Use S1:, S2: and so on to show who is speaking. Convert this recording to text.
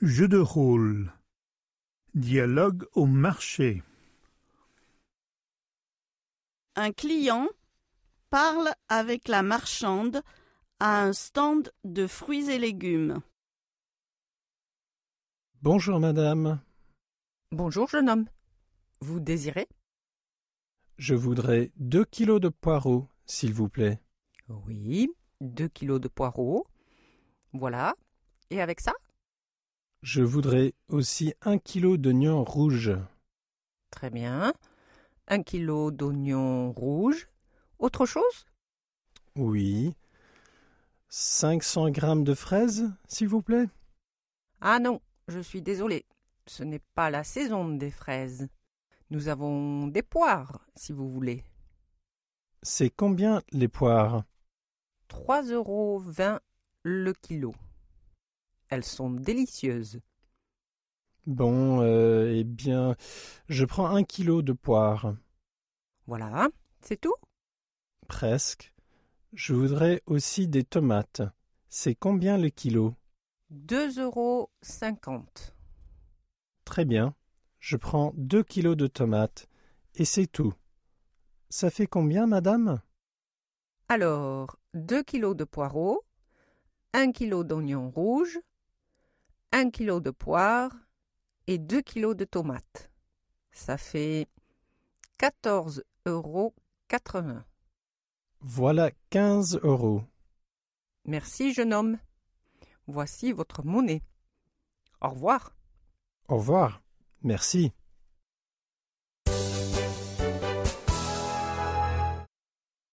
S1: Jeu de rôle. Dialogue au marché.
S2: Un client parle avec la marchande à un stand de fruits et légumes.
S3: Bonjour madame,
S4: Bonjour, jeune homme. Vous désirez
S3: je voudrais deux kilos de poireaux, s'il vous plaît.
S4: Oui, deux kilos de poireaux. Voilà. Et avec ça
S3: Je voudrais aussi un kilo d'oignons rouges.
S4: Très bien. Un kilo d'oignons rouges. Autre chose
S3: Oui. 500 grammes de fraises, s'il vous plaît.
S4: Ah non, je suis désolé. Ce n'est pas la saison des fraises. Nous avons des poires, si vous voulez.
S3: C'est combien les poires
S4: 3,20 euros le kilo. Elles sont délicieuses.
S3: Bon, euh, eh bien, je prends un kilo de poires.
S4: Voilà, c'est tout
S3: Presque. Je voudrais aussi des tomates. C'est combien le kilo
S4: 2,50 euros.
S3: Très bien. Je prends deux kilos de tomates. Et c'est tout. Ça fait combien, madame
S4: Alors, 2 kilos de poireaux, 1 kilo d'oignons rouges, 1 kilo de poire et 2 kilos de tomates. Ça fait 14,80 euros.
S3: Voilà 15 euros.
S4: Merci, jeune homme. Voici votre monnaie. Au revoir.
S3: Au revoir. Merci.